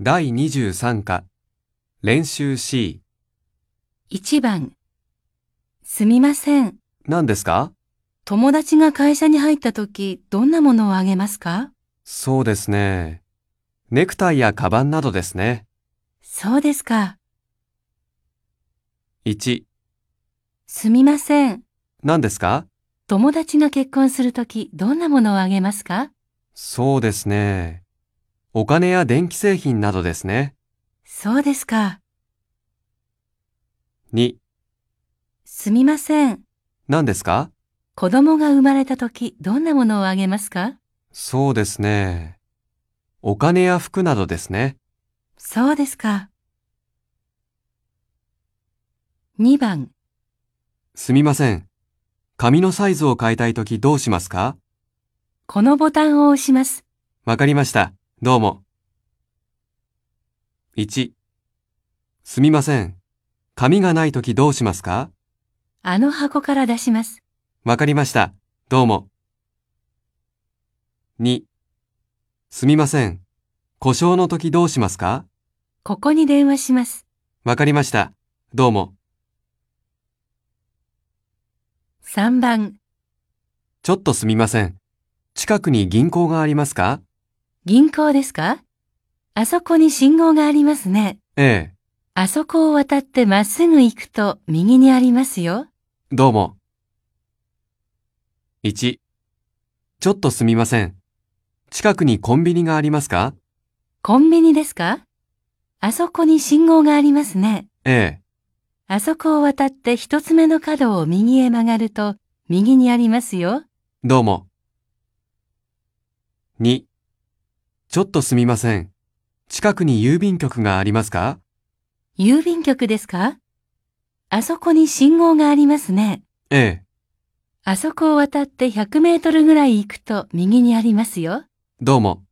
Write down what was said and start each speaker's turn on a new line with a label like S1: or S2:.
S1: 第23課、練習 C、
S2: 1番。すみません。
S1: 何ですか
S2: 友達が会社に入った時、どんなものをあげますか
S1: そうですね。ネクタイやカバンなどですね。
S2: そうですか。
S1: 1、
S2: すみません。
S1: 何ですか
S2: 友達が結婚する時、どんなものをあげますか
S1: そうですね。お金や電気製品などですね。
S2: そうですか。
S1: 2、
S2: すみません。
S1: 何ですか
S2: 子供が生まれた時、どんなものをあげますか
S1: そうですね。お金や服などですね。
S2: そうですか。2番。
S1: すみません。紙のサイズを変えたいときどうしますか
S2: このボタンを押します。
S1: わかりました。どうも。1、すみません。紙がないときどうしますか
S2: あの箱から出します。
S1: わかりました。どうも。2. すみません。故障の時どうしますか
S2: ここに電話します。
S1: わかりました。どうも。
S2: 3番。
S1: ちょっとすみません。近くに銀行がありますか
S2: 銀行ですかあそこに信号がありますね。
S1: ええ。
S2: あそこを渡ってまっすぐ行くと右にありますよ。
S1: どうも。1. ちょっとすみません。近くにコンビニがありますか
S2: コンビニですかあそこに信号がありますね。
S1: ええ。
S2: あそこを渡って一つ目の角を右へ曲がると右にありますよ。
S1: どうも。2. ちょっとすみません。近くに郵便局がありますか
S2: 郵便局ですかあそこに信号がありますね。
S1: ええ、
S2: あそこを渡って100メートルぐらい行くと右にありますよ。
S1: どうも。